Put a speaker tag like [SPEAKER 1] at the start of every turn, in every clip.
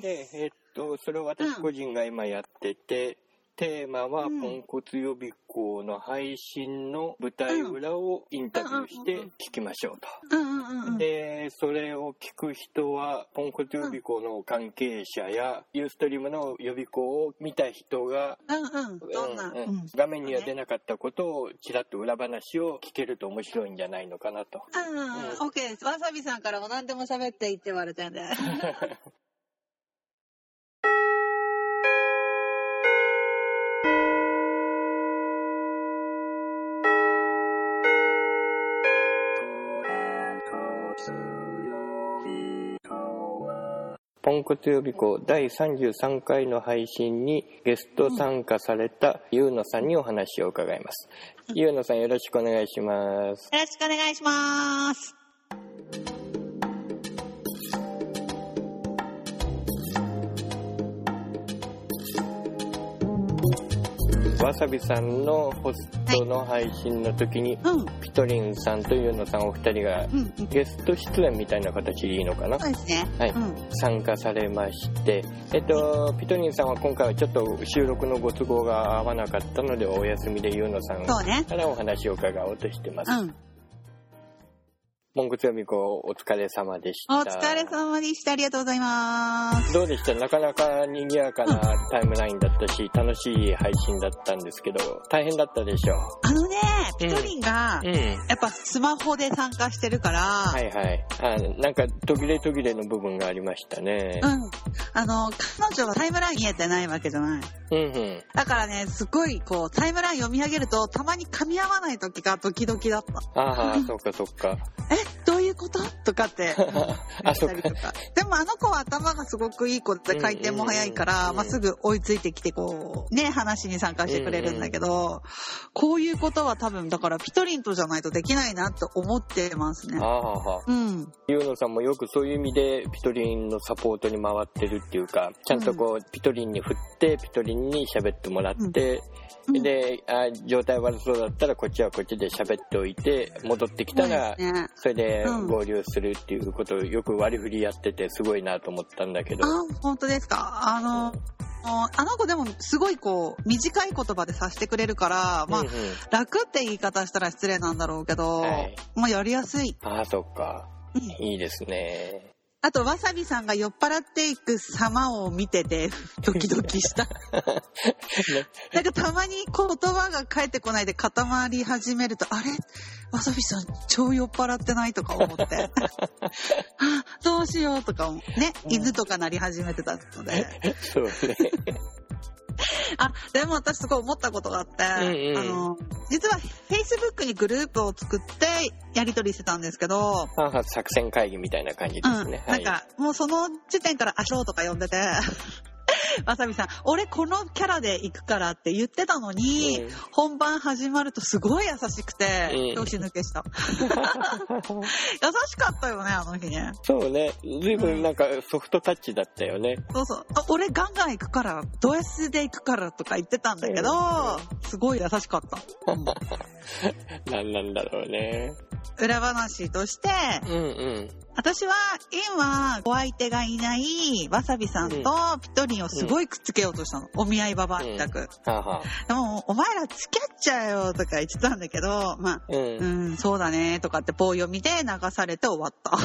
[SPEAKER 1] で、えっと、それを私個人が今やってて、テーマは、ポ
[SPEAKER 2] うん
[SPEAKER 1] ンコツ予備校の配信の舞台裏をインタビューして聞きましょう
[SPEAKER 2] う
[SPEAKER 1] と。
[SPEAKER 2] んうんうん。
[SPEAKER 1] で、それを聞く人は、ポンコツ予備校の関係者や、ユーストリームの予備校を見た人が、
[SPEAKER 2] うんうん。どんな。
[SPEAKER 1] うんう
[SPEAKER 2] うんん
[SPEAKER 1] 画面には出なかったことをちらっと裏話を聞けると面白いんじゃないのかなと。
[SPEAKER 2] うんうんうん、オッケーです。わさびさんからも何でも喋っていいって言われたん で。
[SPEAKER 1] ポンコツ予備校第33回の配信にゲスト参加されたゆうのさんにお話を伺います。ゆうのさんよろしくお願いします。
[SPEAKER 2] よろしくお願いします。
[SPEAKER 1] わさびさんのホストの配信の時に、
[SPEAKER 2] うん、うん、
[SPEAKER 1] ピトリンさんとゆうのさんお二人が
[SPEAKER 2] うん。そ
[SPEAKER 1] ゲスト出演みたいな形でいいのかな
[SPEAKER 2] うですね。
[SPEAKER 1] はい
[SPEAKER 2] うん、
[SPEAKER 1] 参加されまして、えっと、ピトリンさんは今回はちょっと収録のご都合が合わなかったのでお休みでゆうのさん
[SPEAKER 2] そうね。
[SPEAKER 1] からお話を伺おうとしてます。
[SPEAKER 2] うん。
[SPEAKER 1] ポンコツよみこお疲れ様でした。
[SPEAKER 2] お疲れ様でした。ありがとうございます。
[SPEAKER 1] どうでしたなかなか賑やかなタイムラインだったし、楽しい配信だったんですけど、大変だったでしょ
[SPEAKER 2] あのね、
[SPEAKER 1] う
[SPEAKER 2] ピ
[SPEAKER 1] ん
[SPEAKER 2] トリンが
[SPEAKER 1] う。、ん。
[SPEAKER 2] やっぱスマホで参加してるから、
[SPEAKER 1] はいはい。あなんか途切れ途切れの部分がありましたね。
[SPEAKER 2] うん。あの、彼女はタイムライン見えてないわけじゃない。
[SPEAKER 1] うんうん。
[SPEAKER 2] だからね、すごい、こう、タイムライン読み上げると、たまに噛み合わない時がドキドキだった。
[SPEAKER 1] ああ、そっかそっか。
[SPEAKER 2] え、どういうこととかって。
[SPEAKER 1] あ、そっ
[SPEAKER 2] り
[SPEAKER 1] か
[SPEAKER 2] と。かでもあの子は頭がすごくいい子で回転も早いか
[SPEAKER 1] うんうんうん
[SPEAKER 2] ら、
[SPEAKER 1] うん
[SPEAKER 2] まあ、すぐ追いついてきてこうね話に参加してくれるんだけど、こういうことは多分だからピトリンとじゃないとできないなと思ってますね
[SPEAKER 1] あ。あ、
[SPEAKER 2] うん、
[SPEAKER 1] ゆうのさんもよくそういう意味でピトリンのサポートに回ってるっていうか、ちゃんとこう、ピトリンに振って、ピトリンに喋ってもらって、
[SPEAKER 2] うん
[SPEAKER 1] であ、状態悪そうだったらこっちはこっちで喋っておいて、戻ってきた
[SPEAKER 2] そう
[SPEAKER 1] ら、
[SPEAKER 2] ですね、
[SPEAKER 1] それで
[SPEAKER 2] うん
[SPEAKER 1] 合流するっていうことをよく割り振りやっててすごいなと思ったんだけど。
[SPEAKER 2] あ本当ですかあのあの子でもすごいこう短い言葉でさしてくれるから、まあ
[SPEAKER 1] うんうん
[SPEAKER 2] 楽って言い方したら失礼なんだろうけど、
[SPEAKER 1] はい
[SPEAKER 2] まあやりやすい。
[SPEAKER 1] ああ、そっか。
[SPEAKER 2] うん
[SPEAKER 1] いいですね。
[SPEAKER 2] あと、わさびさんが酔っ払っていく様を見て て、ドキドキした。なんかたまに言葉が返ってこないで固まり始めると、あれわさびさん超酔っ払ってないとか思 って。あ、どうしようとかも。ね、
[SPEAKER 1] うん
[SPEAKER 2] 犬とかなり始めてたの で。
[SPEAKER 1] そうね。
[SPEAKER 2] あ、でも私すごい思ったことがあって、
[SPEAKER 1] うんうん
[SPEAKER 2] あの、実は Facebook にグループを作ってやり取りしてたんですけど、
[SPEAKER 1] ああ、作戦会議みたいな感じで
[SPEAKER 2] う
[SPEAKER 1] す
[SPEAKER 2] ん、
[SPEAKER 1] ね。
[SPEAKER 2] なんか、もうその時点から、あ、そうとか呼んでて、 わさびさん、俺このキャラで行くからって言ってたのに、
[SPEAKER 1] うん
[SPEAKER 2] 本番始まるとすごい優しくて、
[SPEAKER 1] うん
[SPEAKER 2] 拍子抜け した。優しかったよね、あの日ね。
[SPEAKER 1] そうね。随分なんかソフトタッチだったよね。
[SPEAKER 2] そうそう。あ俺ガンガン行くから、ド S で行くからとか言ってたんだけど、すごい優しかった。
[SPEAKER 1] なんなんだろうね。
[SPEAKER 2] 裏話として、
[SPEAKER 1] うんうん。
[SPEAKER 2] 私は今、お相手がいないわさびさんとピトリンをすごいくっつけようとしたの。お見合いババアったく。
[SPEAKER 1] はあ、はあ、
[SPEAKER 2] でも、お前ら付き合っちゃえよとか言ってたんだけど、まあ、
[SPEAKER 1] うん。
[SPEAKER 2] うん、そうだねとかって棒読みで流されて終わ った。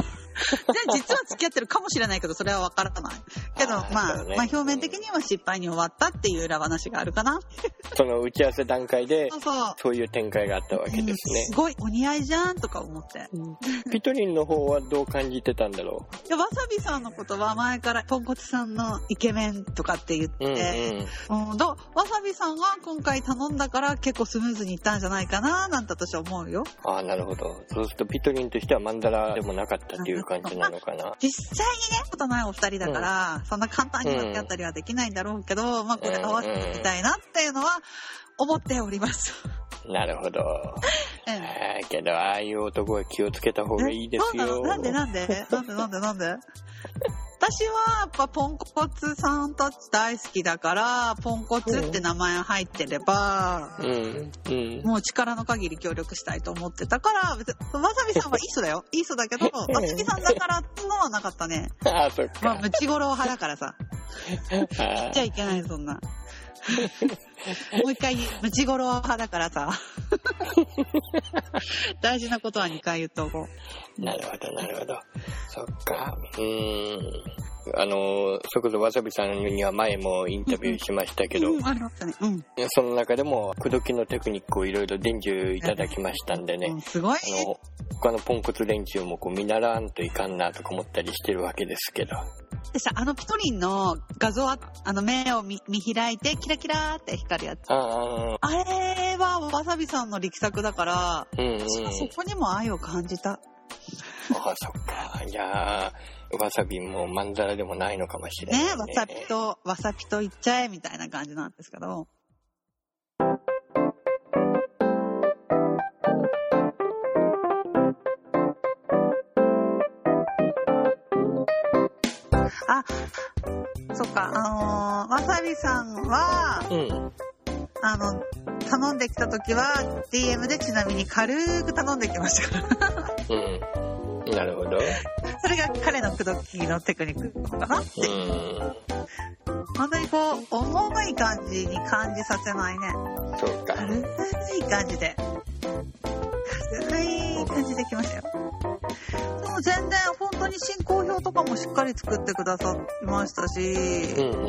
[SPEAKER 2] で実は付き合ってるかもしれないけど、それはわからない。けど、
[SPEAKER 1] あー
[SPEAKER 2] まあ、
[SPEAKER 1] そうね
[SPEAKER 2] まあ表面的には失敗に終わったっていう裏話があるかな。
[SPEAKER 1] その打ち合わせ段階で
[SPEAKER 2] そうそう。
[SPEAKER 1] そういう展開があったわけ
[SPEAKER 2] うん
[SPEAKER 1] ですね
[SPEAKER 2] す。ごいお似合いじゃんとか思って。
[SPEAKER 1] ピトリンの方はどう感じてたんだろ
[SPEAKER 2] でわさびさんのことは前からポンコツさんのイケメンとかって言って、
[SPEAKER 1] う。うんうん。
[SPEAKER 2] うん、どわさびさんが今回頼んだから結構スムーズにいったんじゃないかななんて私は思うよ。
[SPEAKER 1] ああ、なるほど。そうするとピトリンとしてはまんざらでもなかったっていう感じなのかな。
[SPEAKER 2] 実際にね、ことないお二人だから、そんな簡単に分け合ったりはできないんだろうけど、まあこれ合わせていきたいなっていうのは思っております。
[SPEAKER 1] なるほど。
[SPEAKER 2] うん
[SPEAKER 1] あーけど、ああいう男は気をつけた方がいいです
[SPEAKER 2] そうなの
[SPEAKER 1] よ。
[SPEAKER 2] なんでなんでなんでなんでなんで私はやっぱポンコツさんたち大好きだから、ポンコツって名前入ってれば、
[SPEAKER 1] うんうん
[SPEAKER 2] もう力の限り協力したいと思ってたから、別にわさびさんはいい人だよ。いい人だけど、わさびさんだからってのはなかったね。
[SPEAKER 1] ああそっか、
[SPEAKER 2] まあ、ムチゴロ派だからさ。
[SPEAKER 1] あ
[SPEAKER 2] じゃいけない、そん な。もう一回言う、ムチゴロ派だから さ。大事なことは2回言っとこう。
[SPEAKER 1] なるほどなるほどそっかうんあのそれこそわさびさんには前もインタビューしましたけど、
[SPEAKER 2] うん、ありましたね。うん。
[SPEAKER 1] その中でも口説きのテクニックをいろいろ伝授いただきましたんでね、
[SPEAKER 2] うんすごい
[SPEAKER 1] あの他のポンコツ連中もこう見習わんといかんなとか思ったりしてるわけですけど
[SPEAKER 2] でさ、あのピトリンの画像は、あの目を見見開いて、キラキラーって光るやつ。
[SPEAKER 1] ああ
[SPEAKER 2] あれはわさびさんの力作だから、
[SPEAKER 1] うんうん
[SPEAKER 2] 私はそこにも愛を感じた。
[SPEAKER 1] ああそっかじゃあわさびもまんざらでもないのかもしれな
[SPEAKER 2] ね
[SPEAKER 1] い、
[SPEAKER 2] わさびと、わさびといっちゃえ、みたいな感じなんですけど。あ、そっか、あのーわさびさんは、
[SPEAKER 1] うん
[SPEAKER 2] あの、頼んできた時は、DM でちなみに軽く頼んできましたか
[SPEAKER 1] うんなるほど
[SPEAKER 2] ら。 それが彼の口説きのテクニックなのかなって。
[SPEAKER 1] うん
[SPEAKER 2] 本当にこう、重い感じに感じさせないね。
[SPEAKER 1] そうか
[SPEAKER 2] 軽い感じで。軽い感じで来ましたよ。でも全然本当に進行表とかもしっかり作ってくださいました
[SPEAKER 1] う
[SPEAKER 2] し、
[SPEAKER 1] んう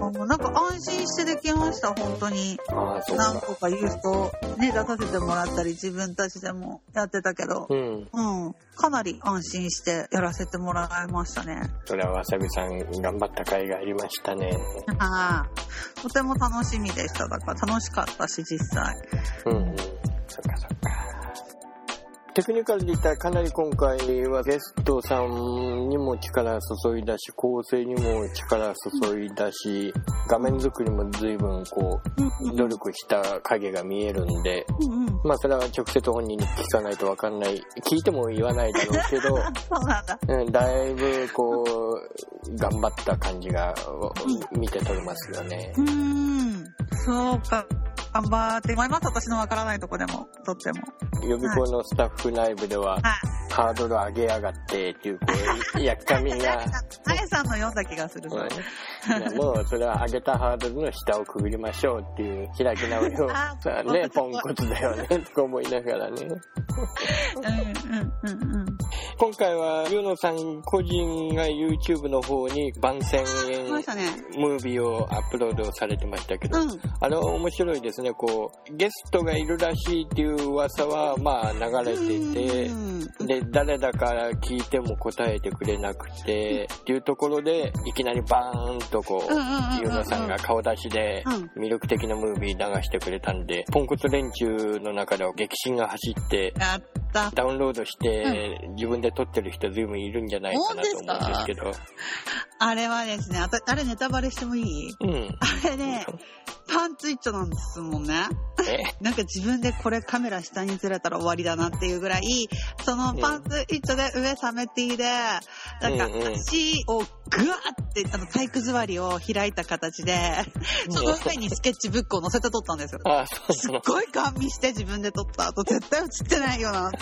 [SPEAKER 1] ん
[SPEAKER 2] あのなんか安心してできました、本当に。
[SPEAKER 1] ああそう
[SPEAKER 2] 何
[SPEAKER 1] か
[SPEAKER 2] 個か言うと、ね、出させてもらったり、自分たちでもやってたけど
[SPEAKER 1] う、ん
[SPEAKER 2] うん、かなり安心してやらせてもらいましたね。
[SPEAKER 1] それはわさびさん頑張った甲斐がありましたね
[SPEAKER 2] はい。とても楽しみでした。だから楽しかったし、実際。
[SPEAKER 1] うんうんそっかそっかテクニカルで言ったらかなり今回はゲストさんにも力注いだし構成にも力注いだし画面作りも随分こう
[SPEAKER 2] うん
[SPEAKER 1] 努力した影が見えるんで
[SPEAKER 2] うんうん。
[SPEAKER 1] まあそれは直接本人に聞かないと分かんない聞いても言わないだろうけど
[SPEAKER 2] あそうなんだ。
[SPEAKER 1] うん、だいぶこう頑張った感じが見て取れますよね
[SPEAKER 2] う。ーん。そうか。頑張ってもらいます。私のわからないとこでも、とっても。
[SPEAKER 1] 予備校のスタッフ内部では
[SPEAKER 2] はい。
[SPEAKER 1] ハードル上げやがってっていうこうやっかみが。
[SPEAKER 2] あやさんの読んだ気がする。
[SPEAKER 1] うんいやもうそれは上げたハードルの下をくぐりましょうっていう開き直り を
[SPEAKER 2] あ
[SPEAKER 1] さあねポンコツだよねとか思いながらね
[SPEAKER 2] うんうんうんうん。
[SPEAKER 1] 今回はユーノさん個人が YouTube の方に番宣
[SPEAKER 2] 来ましたね。
[SPEAKER 1] ムービーをアップロードされてましたけど
[SPEAKER 2] うん。
[SPEAKER 1] あれは面白いですねこうゲストがいるらしいっていう噂はまあ流れていて
[SPEAKER 2] うん
[SPEAKER 1] で誰だから聞いても答えてくれなくてっていうところでいきなりバーンとこ
[SPEAKER 2] うんうん
[SPEAKER 1] う
[SPEAKER 2] うんうん
[SPEAKER 1] ゆうのさんが顔出しで
[SPEAKER 2] うん
[SPEAKER 1] 魅力的なムービー流してくれたんでポンコツ連中の中では激震が走って
[SPEAKER 2] やった。
[SPEAKER 1] ダウンロードして自分で撮ってる人随分いるんじゃないかなと思うんですけど
[SPEAKER 2] あれはですね、あたあれネタバレしてもいい
[SPEAKER 1] うん
[SPEAKER 2] あれね、パンツ一丁なんですもんね。
[SPEAKER 1] え
[SPEAKER 2] なんか自分でこれカメラ下にずれたら終わりだなっていうぐらい、そのパンツ一丁で上サメティで、なんか
[SPEAKER 1] うんうん
[SPEAKER 2] 足をグワーって、あの体育座りを開いた形で、 その上にスケッチブックを載せて撮ったんですよ。
[SPEAKER 1] あそう
[SPEAKER 2] す
[SPEAKER 1] そ
[SPEAKER 2] っ
[SPEAKER 1] の
[SPEAKER 2] ごい顔見して自分で撮った後絶対映ってないよ なって。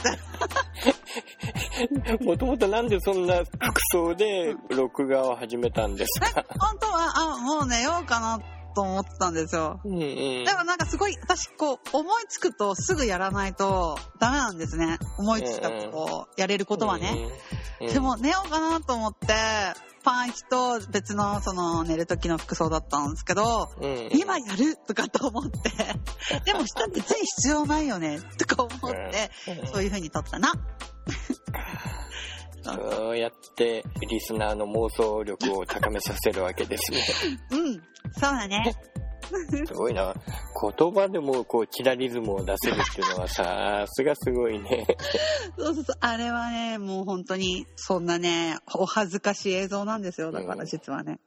[SPEAKER 1] もともとなんでそんな服装で録画を始めたんですか
[SPEAKER 2] 本当は、あ、もう寝ようかなと思ってたんですよ。
[SPEAKER 1] うんうん
[SPEAKER 2] でもなんかすごい、私こう、思いつくとすぐやらないとダメなんですね。思いついたことをやれることはね。
[SPEAKER 1] うんうん
[SPEAKER 2] でも寝ようかなと思って、パン1と別のその寝る時の服装だったんですけど、
[SPEAKER 1] うん
[SPEAKER 2] 今やるとかと思って、 でも下別に必要ないよねとか思って、そういう風に撮ったな。
[SPEAKER 1] そうやってリスナーの妄想力を高めさせるわけで すね
[SPEAKER 2] うん、そうだね。
[SPEAKER 1] すごいな言葉でもこうチラリズムを出せるっていうのはさすがすごいね
[SPEAKER 2] そうそうそう、あれはね、もう本当にそんなね、お恥ずかしい映像なんですよ、だから実はね。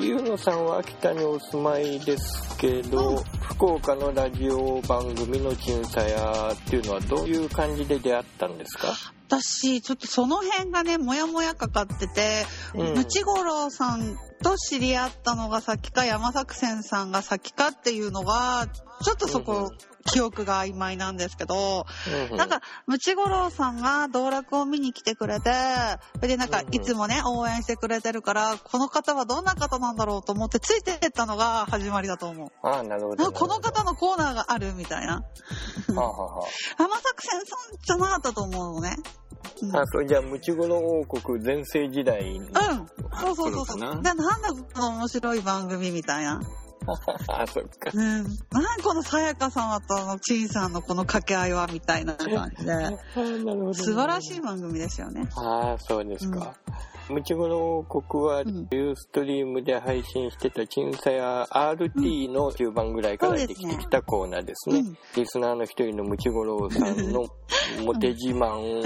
[SPEAKER 1] ゆうのさんは秋田にお住まいですけど、
[SPEAKER 2] うん
[SPEAKER 1] 福岡のラジオ番組の「ちんさや」っていうのはどういう感じで出会ったんですか、
[SPEAKER 2] 私、ちょっとその辺がね、もやもやかかってて、
[SPEAKER 1] うん
[SPEAKER 2] ムチゴロウさんと知り合ったのが先か、山作戦さんが先かっていうのが、ちょっとそ
[SPEAKER 1] うんう
[SPEAKER 2] こ、記憶が曖昧なんですけど、
[SPEAKER 1] う
[SPEAKER 2] なんか、ムチゴロウさんが道楽を見に来てくれて、それでなんか
[SPEAKER 1] うんう、ん
[SPEAKER 2] いつもね、応援してくれてるから、この方はどんな方なんだろうと思って、ついてったのが始まりだと思う。
[SPEAKER 1] ああなるほど
[SPEAKER 2] なんかこの方のコーナーがあるみたいな。
[SPEAKER 1] はあ、はあは
[SPEAKER 2] 山作戦さんじゃなかったと思うのね。うん
[SPEAKER 1] あ、あそれじゃあムチゴロ王国全盛時代の
[SPEAKER 2] うん。そうそうそうそ
[SPEAKER 1] 頃か
[SPEAKER 2] う。
[SPEAKER 1] な
[SPEAKER 2] で、なんだこの面白い番組みたいな。
[SPEAKER 1] あそっか
[SPEAKER 2] うん。なんこのさやか様とあのちんさんのこの掛け合いはみたいな感じ
[SPEAKER 1] あ
[SPEAKER 2] で。
[SPEAKER 1] あなるほど
[SPEAKER 2] 素晴らしい番組ですよね。
[SPEAKER 1] ああそうですか、ムチゴロ王国は
[SPEAKER 2] うん
[SPEAKER 1] ユーストリームで配信してた「ちんさや RT」の中盤ぐらいからできてきたコーナーですね、
[SPEAKER 2] うん
[SPEAKER 1] リスナーの一人のムチゴロウさんのモテ自慢を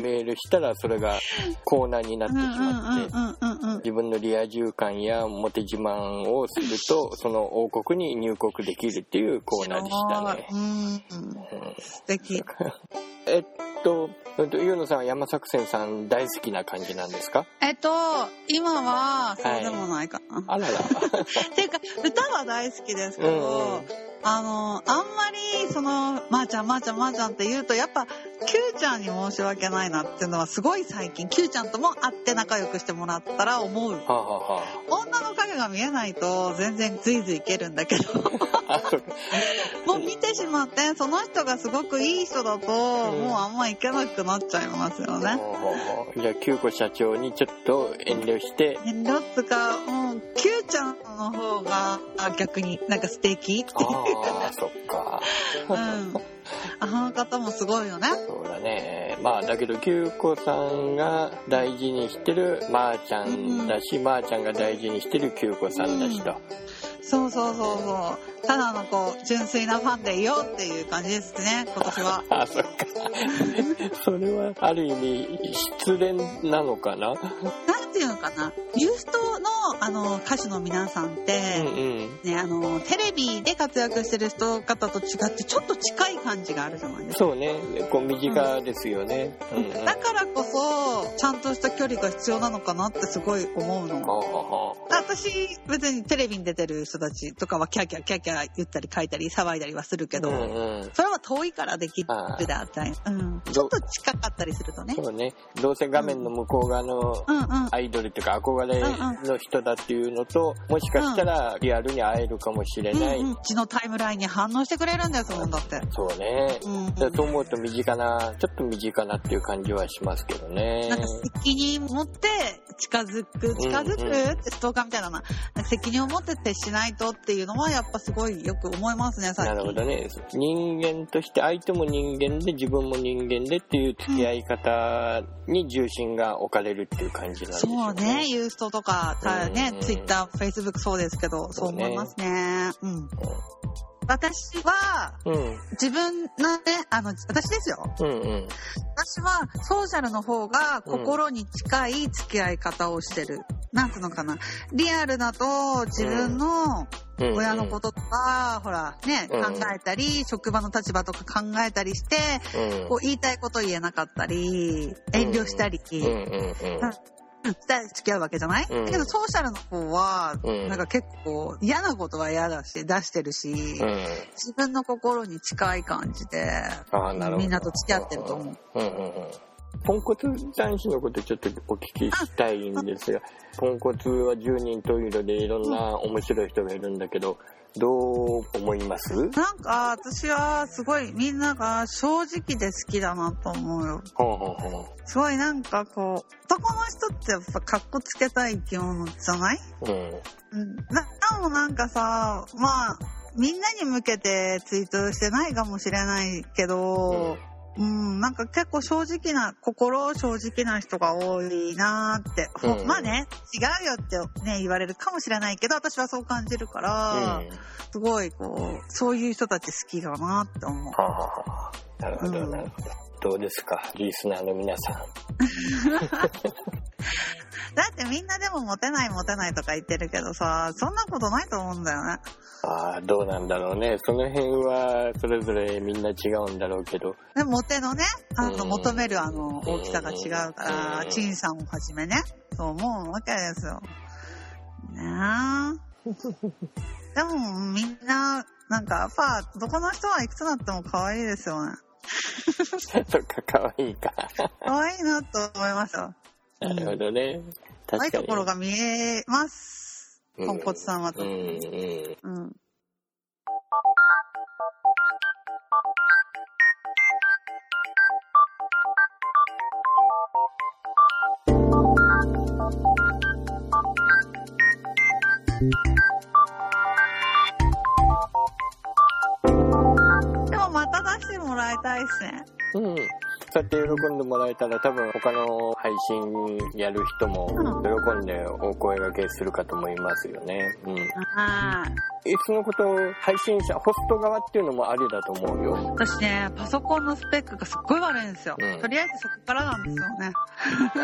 [SPEAKER 1] メールしたらそれがコーナーになっ
[SPEAKER 2] う
[SPEAKER 1] て
[SPEAKER 2] んうん
[SPEAKER 1] しまって
[SPEAKER 2] うんうんうんうん。
[SPEAKER 1] 自分のリア充感やモテ自慢をするとその王国に入国できるっていうコーナーでしたね。
[SPEAKER 2] うんうん。素敵。
[SPEAKER 1] えっと、えっと、ゆうのさんは山作戦さん大好きな感じなんですか
[SPEAKER 2] えっと、今は、そうでもないかな。
[SPEAKER 1] あらら。
[SPEAKER 2] っていうか、歌は大好きですけど、
[SPEAKER 1] うんうん
[SPEAKER 2] あの、あんまり、その、まー、ちゃんまー、ちゃんまー、ちゃんって言うと、やっぱ、Q ちゃんに申し訳ないなっていうのは、すごい最近、Q ちゃんとも会って仲良くしてもらったら思う。
[SPEAKER 1] はあ、は
[SPEAKER 2] 女の影が見えないと、全然ずいずいいけるんだけど、
[SPEAKER 1] あ、はあ。あ、そうか。
[SPEAKER 2] もう見てしまって、その人がすごくいい人だと、もうあんまいけなくなっちゃいますよね。
[SPEAKER 1] ほうほうほうじゃあ、九子社長にちょっと遠慮して、
[SPEAKER 2] 遠慮っつうか、もう、Q ちゃんの方が、あ逆になんか素敵っていう。
[SPEAKER 1] ああ、そっか。
[SPEAKER 2] うん。あの方もすごいよね。
[SPEAKER 1] そうだね。まあ、だけど、九子さんが大事にしてるまーちゃんだし、まーちゃんが大事にしてる九子さんだしと。
[SPEAKER 2] そうそうそうそう。ただのこう、純粋なファンでいようっていう感じですね、今年は。
[SPEAKER 1] ああ、そ っか。それは、ある意味、失恋なのか
[SPEAKER 2] な
[SPEAKER 1] な
[SPEAKER 2] んていうのかな。ユーストの、あの、歌手の皆さんっ
[SPEAKER 1] うんう
[SPEAKER 2] て、
[SPEAKER 1] ん。
[SPEAKER 2] ね、あの、テレビで活躍してる人方と違って、ちょっと近い感じがあるじゃないですか。
[SPEAKER 1] そうね。こう、身近ですよね。うんうん。
[SPEAKER 2] だからこそ、ちゃんとした距離が必要なのかなってすごい思うの。
[SPEAKER 1] ほうほうほう
[SPEAKER 2] 私、別にテレビに出てる人たちとかは、キャーキャーキャーキャー言ったり書いたり騒いだりはするけど、
[SPEAKER 1] うんうん。
[SPEAKER 2] それは遠いからできるであったり、うん、ちょっと近かったりするとね。
[SPEAKER 1] そうね。どうせ画面の向こう側の
[SPEAKER 2] うんうん。
[SPEAKER 1] アイドルっていうか憧れの人だっていうのと、もしかしたらリアルに会えるかもしれない。
[SPEAKER 2] うんうん、うちのタイムラインに反応してくれるんですもんだって。
[SPEAKER 1] そうね。
[SPEAKER 2] うん、うん。
[SPEAKER 1] だと思うと身近な、ちょっと身近なっていう感じはしますけどね
[SPEAKER 2] なん。か責任持って近づく、近づ
[SPEAKER 1] うんうん
[SPEAKER 2] くってストーカーみたいだな。責任を持って接しないとっていうのはやっぱすごいよく思いますね、最
[SPEAKER 1] な
[SPEAKER 2] 近。
[SPEAKER 1] るほどね。人間として相手も人間で自分も人間でっていう付き合い方に重心が置かれるっていう感じなんでしょ
[SPEAKER 2] そうう
[SPEAKER 1] ね
[SPEAKER 2] ね、。ユーストとか、たね
[SPEAKER 1] うん、
[SPEAKER 2] ツイッター、フェイスブックそうですけど、そう思いますね。うん。私は、
[SPEAKER 1] そうね。
[SPEAKER 2] 自分のね、あの、私ですよ。
[SPEAKER 1] うん。うんうん。
[SPEAKER 2] 私はソーシャルの方が心に近い付き合い方をしてる。なんつうのかな。リアルだと自分の
[SPEAKER 1] うんうん
[SPEAKER 2] 親のこととか、ほらね、
[SPEAKER 1] うん
[SPEAKER 2] 考えたり、職場の立場とか考えたりして、
[SPEAKER 1] うん
[SPEAKER 2] こう言いたいこと言えなかったり、遠慮したり、
[SPEAKER 1] うんうんうん。
[SPEAKER 2] したり付き合うわけじゃない、
[SPEAKER 1] うん
[SPEAKER 2] だけどソーシャルの方は、
[SPEAKER 1] うん
[SPEAKER 2] なんか結構嫌なことは嫌だし、出してるし、
[SPEAKER 1] うん。
[SPEAKER 2] 自分の心に近い感じで、
[SPEAKER 1] ああ、なるほど。
[SPEAKER 2] みんなと付き合ってると思う。
[SPEAKER 1] うんうんうん。ポンコツ男子のことちょっとお聞きしたいんですが、ポンコツは10人十色でいろんな面白い人がいるんだけど、どう思います
[SPEAKER 2] なんか私はすごいみんなが正直で好きだなと思うよ。
[SPEAKER 1] ほうほうほ。
[SPEAKER 2] すごいなんかこう、男の人ってやっぱかっこつけたい生き物じゃないう
[SPEAKER 1] うん。
[SPEAKER 2] うん。な、なおなんかさ、まあ、みんなに向けてツイートしてないかもしれないけど、うん、なんか結構正直な、心正直な人が多いなーって、ほ
[SPEAKER 1] うん
[SPEAKER 2] まあね、違うよってね、言われるかもしれないけど、私はそう感じるから、
[SPEAKER 1] うん
[SPEAKER 2] すごいこう、そういう人たち好きだなって思う。
[SPEAKER 1] はあはあはあなるほど、なるほど。どうですかリスナーの皆さん
[SPEAKER 2] だってみんなでもモテないモテないとか言ってるけどさ、そんなことないと思うんだよね。
[SPEAKER 1] ああどうなんだろうねその辺はそれぞれみんな違うんだろうけど
[SPEAKER 2] でモテのね、あ
[SPEAKER 1] う
[SPEAKER 2] の、
[SPEAKER 1] ん
[SPEAKER 2] 求めるあの、大きさが違うか
[SPEAKER 1] う
[SPEAKER 2] ら
[SPEAKER 1] ん、
[SPEAKER 2] 陳さんをはじめね、そう思うわけですよ。ねえ。 でもみんな、なんか、やっぱ、どこの人はいくつになっても可愛いですよね。
[SPEAKER 1] そっか可愛いか
[SPEAKER 2] 可愛いなと思いますよ。
[SPEAKER 1] なるほどね
[SPEAKER 2] 可愛
[SPEAKER 1] 確
[SPEAKER 2] い
[SPEAKER 1] か
[SPEAKER 2] と
[SPEAKER 1] に
[SPEAKER 2] ころが見えます。
[SPEAKER 1] うん
[SPEAKER 2] ポンコツさんはと
[SPEAKER 1] うんうん
[SPEAKER 2] うん。でもまた出してもらいたいですね。
[SPEAKER 1] うん、そうやって喜んでもらえたら多分他の配信やる人も喜んでお声がけするかと思いますよね。うん。い
[SPEAKER 2] はい。
[SPEAKER 1] っそのこと配信者、ホスト側っていうのもありだと思うよ。
[SPEAKER 2] 私ね、パソコンのスペックがすっごい悪いんですよ。
[SPEAKER 1] うん
[SPEAKER 2] とりあえずそこからなんですよね。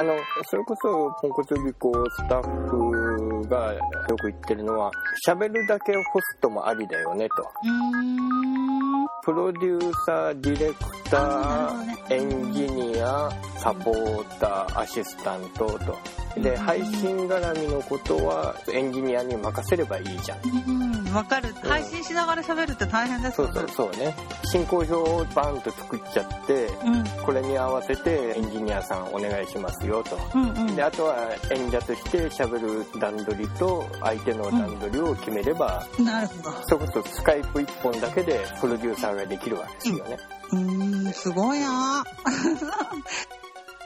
[SPEAKER 1] あの、それこそポンコツ美子スタッフがよく言ってるのは喋るだけホストもありだよねと。
[SPEAKER 2] うーん。
[SPEAKER 1] プロデューサー、ディレクタ
[SPEAKER 2] あーなるほ
[SPEAKER 1] ー、
[SPEAKER 2] どね
[SPEAKER 1] エンジニア、サポーター、アシスタントと。で、
[SPEAKER 2] うん
[SPEAKER 1] 配信絡みのことはエンジニアに任せればいいじゃん。
[SPEAKER 2] うん、わかる。
[SPEAKER 1] うん
[SPEAKER 2] 配信しながら喋るって大変です
[SPEAKER 1] そ
[SPEAKER 2] よ
[SPEAKER 1] う
[SPEAKER 2] ね。
[SPEAKER 1] そうそうね。進行表をバンと作っちゃって、
[SPEAKER 2] うん、
[SPEAKER 1] これに合わせてエンジニアさんお願いしますよと。
[SPEAKER 2] うん、うん
[SPEAKER 1] で、。あとは演者として喋る段取りと相手の段取りを決めれば、
[SPEAKER 2] なるほど。
[SPEAKER 1] それこそスカイプ一本だけでプロデューサーができるわけですよね。
[SPEAKER 2] うーん、すごいな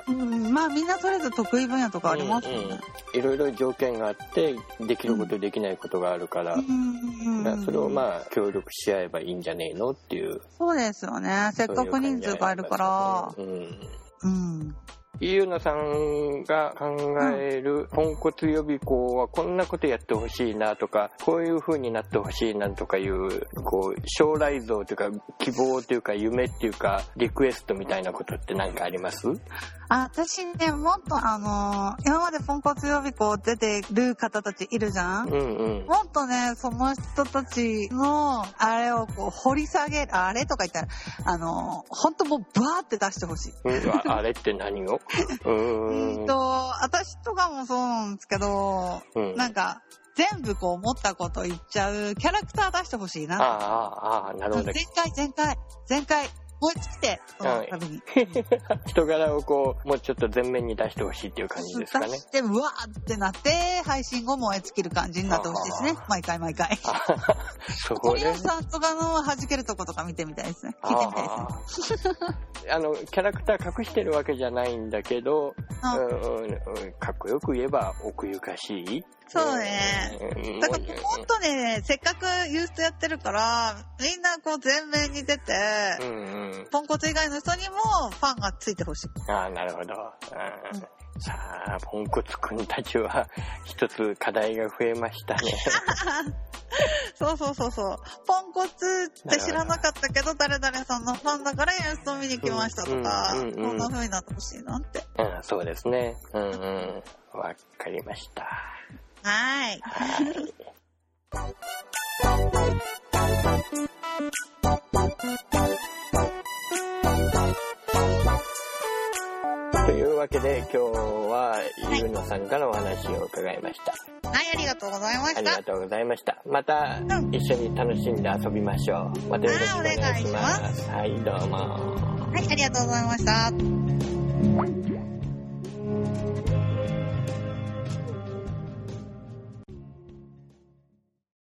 [SPEAKER 2] うん、まあみんなそれぞれ得意分野とかありますもんね。
[SPEAKER 1] いろいろ条件があってできることできないことがあるから,、
[SPEAKER 2] うんうん
[SPEAKER 1] それをまあ協力し合えばいいんじゃねえのっていう。
[SPEAKER 2] そうですよね。せっかく人数がいるから
[SPEAKER 1] うん
[SPEAKER 2] ら。うん。
[SPEAKER 1] ゆうなさんが考えるポンコツ予備校はこんなことやってほしいなとかこういう風になってほしいなとかいうこう将来像というか希望というか夢っていうかリクエストみたいなことって何かあります
[SPEAKER 2] あ、私ね、もっとあのー今までポンコツ予備校出てる方たちいるじゃん
[SPEAKER 1] うんうん
[SPEAKER 2] もっとね、その人たちの、あれをこう、掘り下げる、あれとか言ったら、あの、本当もう、バーって出してほしい。
[SPEAKER 1] うんああれって何をう
[SPEAKER 2] うん
[SPEAKER 1] ーん
[SPEAKER 2] と、私とかもそうなんですけど、
[SPEAKER 1] うん
[SPEAKER 2] なんか、全部こう、思ったこと言っちゃう、キャラクター出してほしい
[SPEAKER 1] ああ
[SPEAKER 2] な。
[SPEAKER 1] ああああなるほ
[SPEAKER 2] 全
[SPEAKER 1] ど
[SPEAKER 2] 開、全開、全開、思いつきて、その度に。
[SPEAKER 1] 人柄をこうもうちょっと前面に出してほしいっていう感じですかね
[SPEAKER 2] 出して、うわーってなって、配信後も燃え尽きる感じになってほしいですね
[SPEAKER 1] あ。
[SPEAKER 2] 毎回毎回。
[SPEAKER 1] あそこ
[SPEAKER 2] 堀
[SPEAKER 1] で
[SPEAKER 2] 尾さんとかの弾けるとことか見てみたいですね。聞いてみたいですね。
[SPEAKER 1] あーあのキャラクター隠してるわけじゃないんだけど、
[SPEAKER 2] あ
[SPEAKER 1] うんうんうんかっこよく言えば奥ゆかしい
[SPEAKER 2] そうね
[SPEAKER 1] うん
[SPEAKER 2] だから本当ね、せっかくユーストやってるから、みんなこう全面に出て、
[SPEAKER 1] うんうん
[SPEAKER 2] ポンコツ以外の人にもファンがついてほしい。
[SPEAKER 1] ああなるほど、うんさあポンコツくんたちは一つ課題が増えまし たね
[SPEAKER 2] そうそうそうそう。ポンコツって知らなかったけど、誰々さんのファンだからユースト見に来ましたとか、
[SPEAKER 1] うんうんうん
[SPEAKER 2] こんな風になってほしいなって。
[SPEAKER 1] うんそうですねうんうんわかりました
[SPEAKER 2] はい。
[SPEAKER 1] はいというわけで今日はゆうのさんからお話を伺いました、
[SPEAKER 2] はい、ありがとうございま
[SPEAKER 1] あ
[SPEAKER 2] し
[SPEAKER 1] り
[SPEAKER 2] た。
[SPEAKER 1] がとうございましたまた
[SPEAKER 2] ん
[SPEAKER 1] 一緒に楽しんで遊びましょうまたよろしくお願いしますはいどうも
[SPEAKER 2] はい、ありがとうございました。